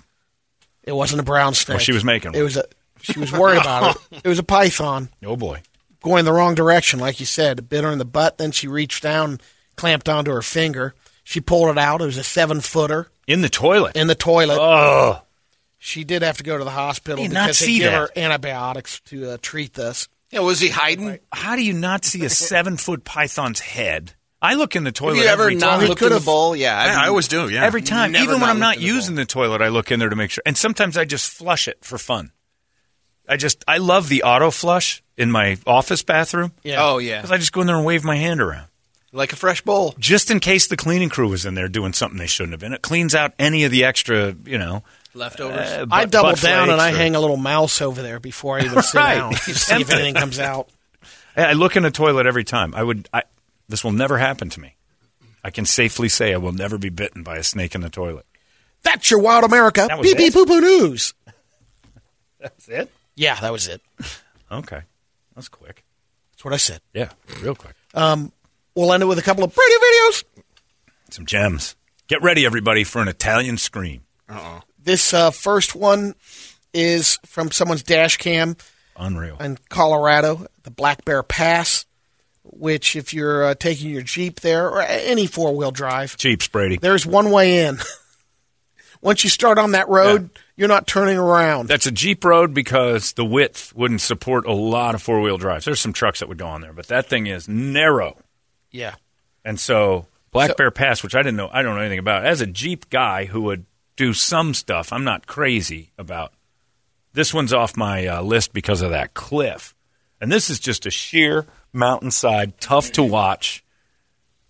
Speaker 8: it wasn't a brown snake
Speaker 6: Well, she was making
Speaker 8: it
Speaker 6: one.
Speaker 8: was a she was worried about
Speaker 6: (laughs)
Speaker 8: it it was a python
Speaker 6: Oh boy.
Speaker 8: going the wrong direction like you said it bit her in the butt then she reached down clamped onto her finger she pulled it out it was a seven footer
Speaker 6: In the toilet.
Speaker 8: in the toilet
Speaker 6: Oh,
Speaker 8: she did have to go to the hospital
Speaker 6: Did not
Speaker 8: because they
Speaker 6: see
Speaker 8: give
Speaker 6: that.
Speaker 8: her antibiotics to uh, treat this
Speaker 13: Yeah, was he hiding?
Speaker 6: how do you not see a seven foot python's head I look in the toilet.
Speaker 13: you ever
Speaker 6: every
Speaker 13: not
Speaker 6: time.
Speaker 13: looked in the bowl? Yeah, I've-
Speaker 6: I, I always do. Yeah, every time,
Speaker 13: Never
Speaker 6: even when
Speaker 13: not
Speaker 6: I'm not
Speaker 13: looked in the
Speaker 6: using the toilet, I look in there to make sure. And sometimes I just flush it for fun. I just I love the auto flush in my office bathroom.
Speaker 13: Yeah. Oh, yeah.
Speaker 6: because I just go in there and wave my hand around
Speaker 13: like a fresh bowl.
Speaker 6: just in case the cleaning crew was in there doing something they shouldn't have been. It cleans out any of the extra, you know,
Speaker 13: Leftovers.
Speaker 6: uh,
Speaker 8: I
Speaker 6: butt-
Speaker 8: double
Speaker 6: butt
Speaker 8: down and I
Speaker 6: flakes or-
Speaker 8: hang a little mouse over there before I (laughs) even sit
Speaker 6: Right.
Speaker 8: down to see if
Speaker 6: Tempting.
Speaker 8: anything comes out.
Speaker 6: I, I look in the toilet every time. I would. I, this will never happen to me. I can safely say I will never be bitten by a snake in the toilet.
Speaker 8: That's your Wild America.
Speaker 6: That was
Speaker 8: Beep
Speaker 6: it?
Speaker 8: beep poo poo news.
Speaker 6: That's it.
Speaker 8: Yeah, that was it.
Speaker 6: Okay, that's quick.
Speaker 8: That's what I said.
Speaker 6: Yeah, real quick.
Speaker 8: Um, we'll end it with a couple of pretty videos.
Speaker 6: Some gems. Get ready, everybody, for an Italian scream.
Speaker 7: Uh-oh.
Speaker 8: This uh, first one is from someone's dash cam
Speaker 6: Unreal.
Speaker 8: in Colorado, the Black Bear Pass, which, if you're uh, taking your Jeep there or any four wheel drive,
Speaker 6: Jeeps, Brady.
Speaker 8: there's one way in. (laughs) Once you start on that road, you're not turning around.
Speaker 6: That's a Jeep road because the width wouldn't support a lot of four wheel drives. There's some trucks that would go on there, but that thing is narrow.
Speaker 8: Yeah.
Speaker 6: And so Black
Speaker 8: So-
Speaker 6: Bear Pass, which I didn't know, I don't know anything about. As a Jeep guy who would do some stuff, I'm not crazy about. This one's off my uh, list because of that cliff, and this is just a sheer mountainside, tough to watch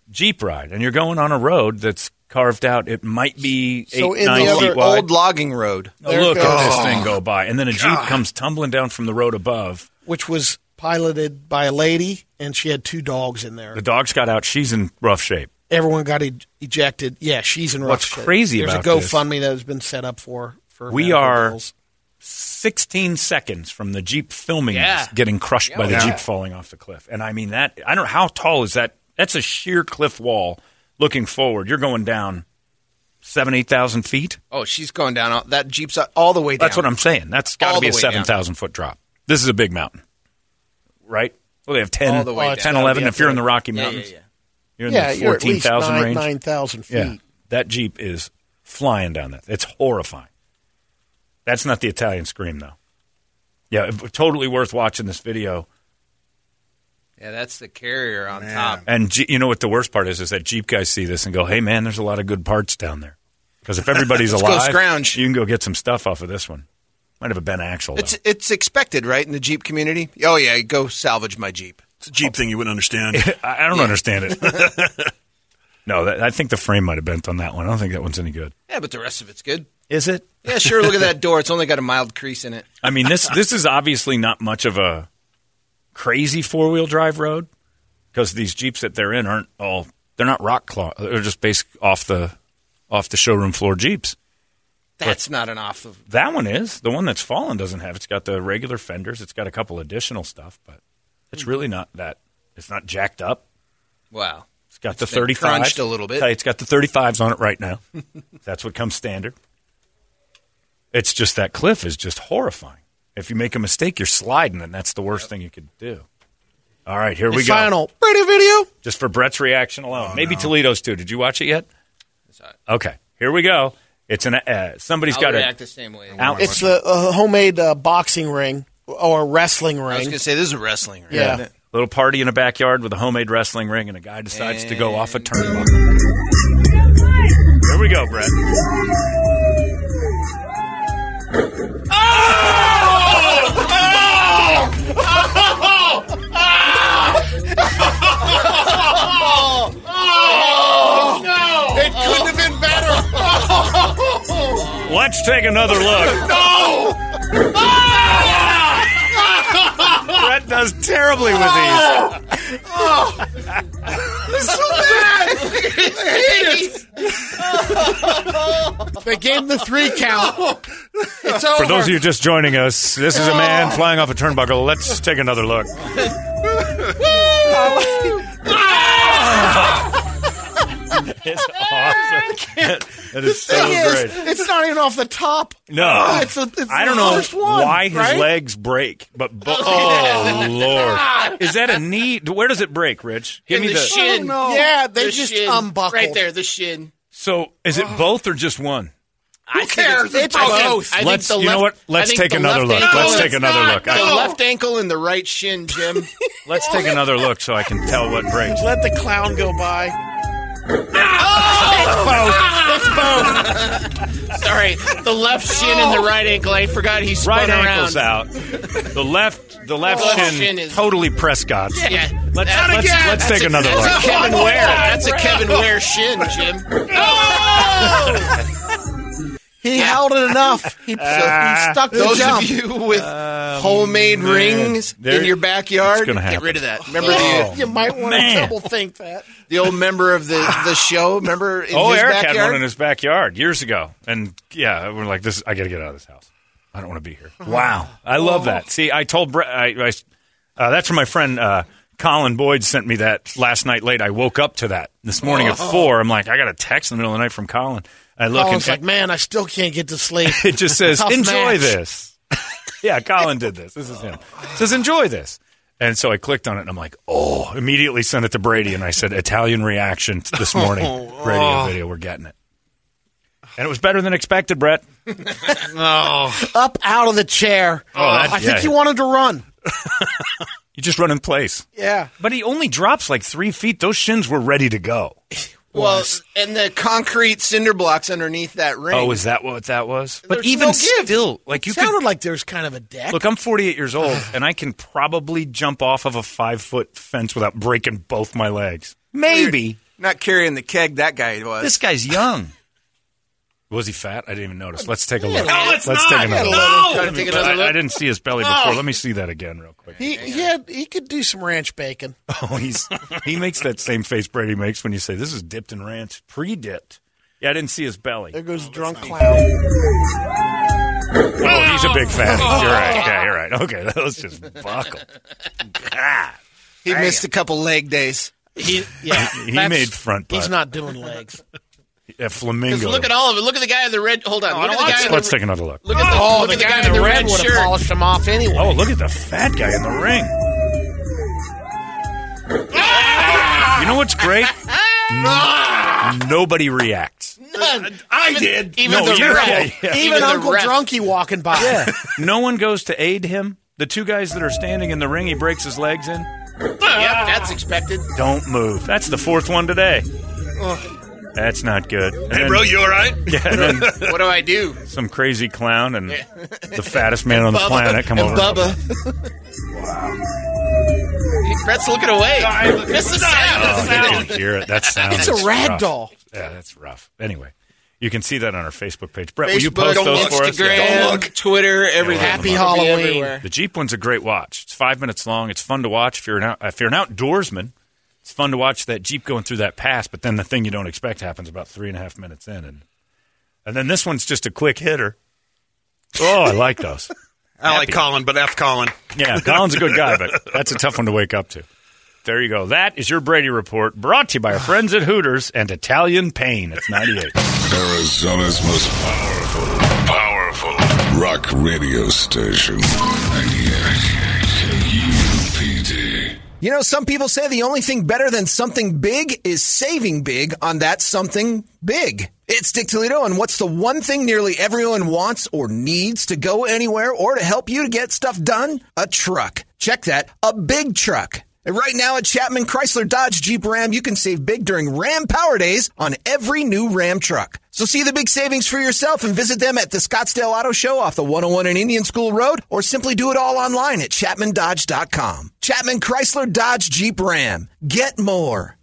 Speaker 6: Jeep ride. And you're going on a road that's carved out. It might be eight,
Speaker 13: So in
Speaker 6: nine
Speaker 13: the
Speaker 6: feet
Speaker 13: other
Speaker 6: wide.
Speaker 13: old logging road.
Speaker 6: Now look at this thing go by, and then a Jeep comes tumbling down from the road above.
Speaker 8: which was piloted by a lady, and she had two dogs in there.
Speaker 6: The dog's got out. She's in rough shape.
Speaker 8: Everyone got e- ejected. Yeah, she's in rough
Speaker 6: What's
Speaker 8: shape.
Speaker 6: crazy
Speaker 8: There's
Speaker 6: about
Speaker 8: a
Speaker 6: this-
Speaker 8: GoFundMe that has been set up for. for
Speaker 6: We
Speaker 8: medical
Speaker 6: are
Speaker 8: bills.
Speaker 6: 16 seconds from the Jeep filming
Speaker 8: Yeah.
Speaker 6: this, getting crushed by the
Speaker 8: Yeah.
Speaker 6: Jeep falling off the cliff. And I mean, that, I don't know, how tall is that? That's a sheer cliff wall looking forward. You're going down seven, 8,000 feet.
Speaker 13: Oh, she's going down. all- That jeep's all the way down.
Speaker 6: That's what I'm saying. That's got
Speaker 13: All
Speaker 6: to be
Speaker 13: the
Speaker 6: a
Speaker 13: way down.
Speaker 6: 7,000 foot drop. This is a big mountain, right? Well, they have 10,
Speaker 13: All the way
Speaker 6: 10
Speaker 13: down.
Speaker 6: 11 if you're in the
Speaker 13: Yeah, yeah,
Speaker 6: Rocky
Speaker 13: yeah.
Speaker 6: Mountains. You're in
Speaker 8: Yeah,
Speaker 6: the
Speaker 8: you're at least
Speaker 6: 14,000
Speaker 8: nine-
Speaker 6: range.
Speaker 8: 9,000 feet.
Speaker 6: Yeah. That Jeep is flying down that. It's horrifying. That's not the Italian scream, though. Yeah, it- totally worth watching this video.
Speaker 13: Yeah, that's the carrier on top.
Speaker 6: And G- you know what the worst part is? Is that Jeep guys see this and go, "Hey, man, there's a lot of good parts down there." Because if
Speaker 13: (laughs)
Speaker 6: everybody's
Speaker 13: Let's go
Speaker 6: alive,
Speaker 13: scrounge.
Speaker 6: you can go get some stuff off of this one. Might have a Ben Axel. though.
Speaker 13: It's it's expected, right, in the Jeep community? Oh yeah, go salvage my Jeep.
Speaker 6: It's a Jeep thing you wouldn't understand. (laughs) I I don't understand
Speaker 13: (laughs)
Speaker 6: it. (laughs) no, that, I think the frame might have bent on that one. I don't think that one's any good.
Speaker 13: Yeah, but the rest of it's good.
Speaker 6: Is it?
Speaker 13: Yeah, sure. Look at that door. It's only got a mild crease in it.
Speaker 6: I mean this this is obviously not much of a crazy four wheel drive road because these jeeps that they're in aren't all they're not rock claw they're just based off the off the showroom floor jeeps.
Speaker 13: That's not an off of.
Speaker 6: That one is the one that's fallen doesn't have. It's got the regular fenders. It's got a couple additional stuff, but it's really not that. It's not jacked up.
Speaker 13: Wow.
Speaker 6: It's got the
Speaker 13: It's been
Speaker 6: 35.
Speaker 13: crunched a little bit.
Speaker 6: Hey, It's got the 35s on it right now. (laughs) That's what comes standard. It's just that cliff is just horrifying. If you make a mistake, you're sliding, and that's the worst thing you could do. All right, here
Speaker 8: The
Speaker 6: we go.
Speaker 8: final pretty video.
Speaker 6: Just for Brett's reaction
Speaker 13: Oh,
Speaker 6: alone. Maybe Toledo's too. Did you watch it yet? Okay, here we go. It's an uh, somebody's
Speaker 13: I'll
Speaker 6: got to
Speaker 13: react the same way.
Speaker 6: Out-
Speaker 8: It's a, a homemade uh, boxing ring or wrestling ring.
Speaker 13: I was gonna say this is a wrestling ring.
Speaker 8: Yeah.
Speaker 13: isn't it?
Speaker 6: Little party in a backyard with a homemade wrestling ring, and a guy decides to go off a turnbuckle. Here we go, Brett.
Speaker 12: It couldn't have been better.
Speaker 6: Let's take another look.
Speaker 12: no.
Speaker 6: (laughs) Brett does terribly with these.
Speaker 8: they gave the three count. It's over.
Speaker 6: For those of you just joining us, this is a man flying off a turnbuckle. Let's take another look. it's awesome. That is so
Speaker 8: Thing is,
Speaker 6: great.
Speaker 8: It's not even off the top.
Speaker 6: No,
Speaker 8: Ah, it's, a, it's
Speaker 6: I
Speaker 8: the
Speaker 6: don't know
Speaker 8: first one,
Speaker 6: why his
Speaker 8: right?
Speaker 6: legs break, but bo- oh lord, is that a knee? Where does it break, Rich? Give
Speaker 13: In
Speaker 6: me
Speaker 13: the
Speaker 6: the.
Speaker 13: shin.
Speaker 8: Yeah, they
Speaker 13: The
Speaker 8: just
Speaker 13: shin.
Speaker 8: unbuckled.
Speaker 13: right there. The shin.
Speaker 6: So is it both or just one?
Speaker 14: I
Speaker 12: cares?
Speaker 14: Think it's,
Speaker 12: It's
Speaker 14: I think-
Speaker 12: both.
Speaker 14: I think
Speaker 6: Let's-
Speaker 14: the
Speaker 6: you know
Speaker 14: left-
Speaker 6: what?
Speaker 14: I
Speaker 6: Let's
Speaker 14: think
Speaker 6: take
Speaker 14: the
Speaker 6: another
Speaker 14: left
Speaker 6: look.
Speaker 14: ankle-
Speaker 6: Let's take another look.
Speaker 14: The
Speaker 6: I-
Speaker 14: left ankle and the right shin, Jim.
Speaker 13: (laughs)
Speaker 6: Let's take another look so I can tell what breaks.
Speaker 8: Let the clown go by.
Speaker 14: That's both. That's both. Sorry, the left shin and the right ankle. I forgot he spun
Speaker 6: Right
Speaker 14: around.
Speaker 6: ankle's out. The left, the left
Speaker 14: The left
Speaker 6: shin,
Speaker 14: shin is-
Speaker 6: totally Prescott.
Speaker 14: Yeah.
Speaker 6: Let's,
Speaker 14: Not
Speaker 6: let's,
Speaker 14: again.
Speaker 6: let's
Speaker 14: That's
Speaker 6: take
Speaker 14: a-
Speaker 6: another
Speaker 14: that's
Speaker 6: look.
Speaker 14: A Kevin Ware. That's a Kevin Ware shin, Jim.
Speaker 8: He held it
Speaker 7: (laughs)
Speaker 8: enough. He,
Speaker 14: Ah.
Speaker 6: Uh,
Speaker 8: he stuck the
Speaker 14: Those of
Speaker 8: jump.
Speaker 14: you
Speaker 13: with Um, homemade
Speaker 14: man.
Speaker 13: rings
Speaker 14: There-
Speaker 13: in your backyard.
Speaker 14: it's gonna
Speaker 13: Get
Speaker 14: happen.
Speaker 13: rid of that. Remember
Speaker 6: Oh.
Speaker 8: Yeah,
Speaker 13: the
Speaker 8: you might want to
Speaker 13: Man.
Speaker 8: double think that.
Speaker 13: the old member of the the show. Remember in
Speaker 6: Oh,
Speaker 13: his
Speaker 6: Eric
Speaker 13: backyard.
Speaker 6: had one in his backyard years ago, and yeah, we're like, this. I got to get out of this house. I don't want to be here. Wow, I love that. See, I told Brett. I, I, uh, that's from my friend uh, Colin Boyd sent me that last night late. I woke up to that this morning at
Speaker 8: Oh.
Speaker 6: four. I'm like, I got a text in the middle of the night from Colin. I look
Speaker 8: Colin's like,
Speaker 6: and
Speaker 8: man, I still can't get to sleep.
Speaker 6: (laughs) it just says,
Speaker 8: Tough
Speaker 6: enjoy
Speaker 8: match."
Speaker 6: this. (laughs) yeah, Colin did this. This is him. It says, enjoy this. And so I clicked on it and I'm like, oh, immediately sent it to Brady and I said, Italian reaction t- this morning.
Speaker 14: Oh,
Speaker 6: Radio
Speaker 14: oh.
Speaker 6: video, we're getting it. And it was better than expected, Brett.
Speaker 8: Oh. Up out of the chair.
Speaker 6: Oh, that-
Speaker 8: I think
Speaker 6: yeah.
Speaker 8: he wanted to run.
Speaker 6: You just run in place.
Speaker 8: Yeah.
Speaker 6: But he only drops like three feet. Those shins were ready to go.
Speaker 13: Well, and the concrete cinder blocks underneath that ring.
Speaker 6: Oh, is that what that was? But
Speaker 13: There's
Speaker 6: even
Speaker 13: no give.
Speaker 6: still, like you could
Speaker 8: Sounded like there's kind of a deck.
Speaker 6: Look, I'm 48 years old, and I can probably jump off of a five foot fence without breaking both my legs. Maybe
Speaker 13: not carrying the keg that guy was.
Speaker 6: This guy's young. Was he fat? I didn't even notice. Let's take a look.
Speaker 13: No,
Speaker 6: Let's
Speaker 13: it's not.
Speaker 6: take another
Speaker 13: No.
Speaker 6: look.
Speaker 13: Gotta
Speaker 6: Let me-
Speaker 13: take another
Speaker 6: I- I,
Speaker 13: look.
Speaker 6: didn't see his belly before.
Speaker 8: Oh.
Speaker 6: Let me see that again, real quick.
Speaker 8: He, he, had, he could do some ranch bacon.
Speaker 6: Oh, he's he makes that same face Brady makes when you say this is dipped in ranch, pre-dipped. Yeah, I didn't see his belly.
Speaker 8: There goes the drunk clown.
Speaker 6: Oh, he's a big fan. You're right. Okay, you're right. Okay, that was just buckle. God.
Speaker 13: He missed a couple leg days.
Speaker 8: He, yeah,
Speaker 6: (laughs) He- he that's- made front
Speaker 8: He's
Speaker 6: butt.
Speaker 8: not doing legs.
Speaker 6: A
Speaker 14: Because
Speaker 6: flamingo.
Speaker 14: look at all of it. Look at the guy in the red. Hold on. look at the guy. in
Speaker 6: Let's
Speaker 14: the,
Speaker 6: take another look.
Speaker 14: look at the,
Speaker 8: Oh,
Speaker 14: look
Speaker 8: the
Speaker 14: at the
Speaker 8: guy
Speaker 14: guy,
Speaker 8: in
Speaker 14: in
Speaker 8: the
Speaker 14: the
Speaker 8: red
Speaker 14: red,
Speaker 8: would've
Speaker 14: shirt.
Speaker 8: polished him off anyway.
Speaker 6: Oh, look at the fat guy in the ring. You know what's great? Nobody reacts.
Speaker 14: None.
Speaker 7: I
Speaker 14: Even-
Speaker 7: did.
Speaker 14: Even
Speaker 6: No,
Speaker 14: the
Speaker 6: you're-
Speaker 14: ref.
Speaker 6: yeah, yeah.
Speaker 8: Even,
Speaker 14: the
Speaker 8: Uncle
Speaker 14: ref.
Speaker 8: Drunky walking by.
Speaker 6: No one goes to aid him. The two guys that are standing in the ring, he breaks his legs in.
Speaker 14: Yep, that's expected.
Speaker 6: Don't move. That's the fourth one today. That's not good. And
Speaker 7: Hey,
Speaker 6: then-
Speaker 7: bro, you all right?
Speaker 6: Yeah, and then
Speaker 14: What do I do?
Speaker 6: some crazy clown and
Speaker 14: Yeah.
Speaker 6: the fattest man on the
Speaker 14: Bubba.
Speaker 6: planet come
Speaker 14: And
Speaker 6: over.
Speaker 14: Bubba. Brett's looking away. Miss the
Speaker 6: Oh,
Speaker 14: sound.
Speaker 6: you didn't hear it. That sound.
Speaker 8: It's
Speaker 6: is
Speaker 8: a rag
Speaker 6: rough.
Speaker 8: doll.
Speaker 6: Yeah, that's rough. Anyway, you can see that on our Facebook page. Brett, will you
Speaker 14: Facebook,
Speaker 6: post
Speaker 14: don't
Speaker 6: those
Speaker 14: look,
Speaker 6: for us?
Speaker 14: Instagram,
Speaker 6: Yeah.
Speaker 13: Twitter, everything.
Speaker 8: Happy
Speaker 14: Everywhere.
Speaker 8: Halloween.
Speaker 14: Everywhere.
Speaker 6: The Jeep one's a great watch. It's five minutes long. It's fun to watch if you're an out, if you're an outdoorsman. It's fun to watch that Jeep going through that pass, but then the thing you don't expect happens about three and a half minutes in, and and then this one's just a quick hitter. Oh, I like those.
Speaker 7: (laughs) I like Colin, but F Colin.
Speaker 6: Yeah, Colin's a good
Speaker 7: (laughs)
Speaker 6: guy, but that's a tough one to wake up to. There you go. That is your Brady report, brought to you by our friends at Hooters and Italian Pain. It's ninety eight.
Speaker 3: Arizona's most powerful, powerful rock radio station. 98 KUPD.
Speaker 2: You know, some people say the only thing better than something big is saving big on that something big. It's Dick Toledo, and what's the one thing nearly everyone wants or needs to go anywhere or to help you to get stuff done? A truck. Check that. A big truck. And right now at Chapman Chrysler Dodge Jeep Ram, you can save big during Ram Power Days on every new Ram truck. So see the big savings for yourself and visit them at the Scottsdale Auto Show off the 101 and Indian School Road or simply do it all online at chapmandodge.com. Chapman Chrysler Dodge Jeep Ram. Get more.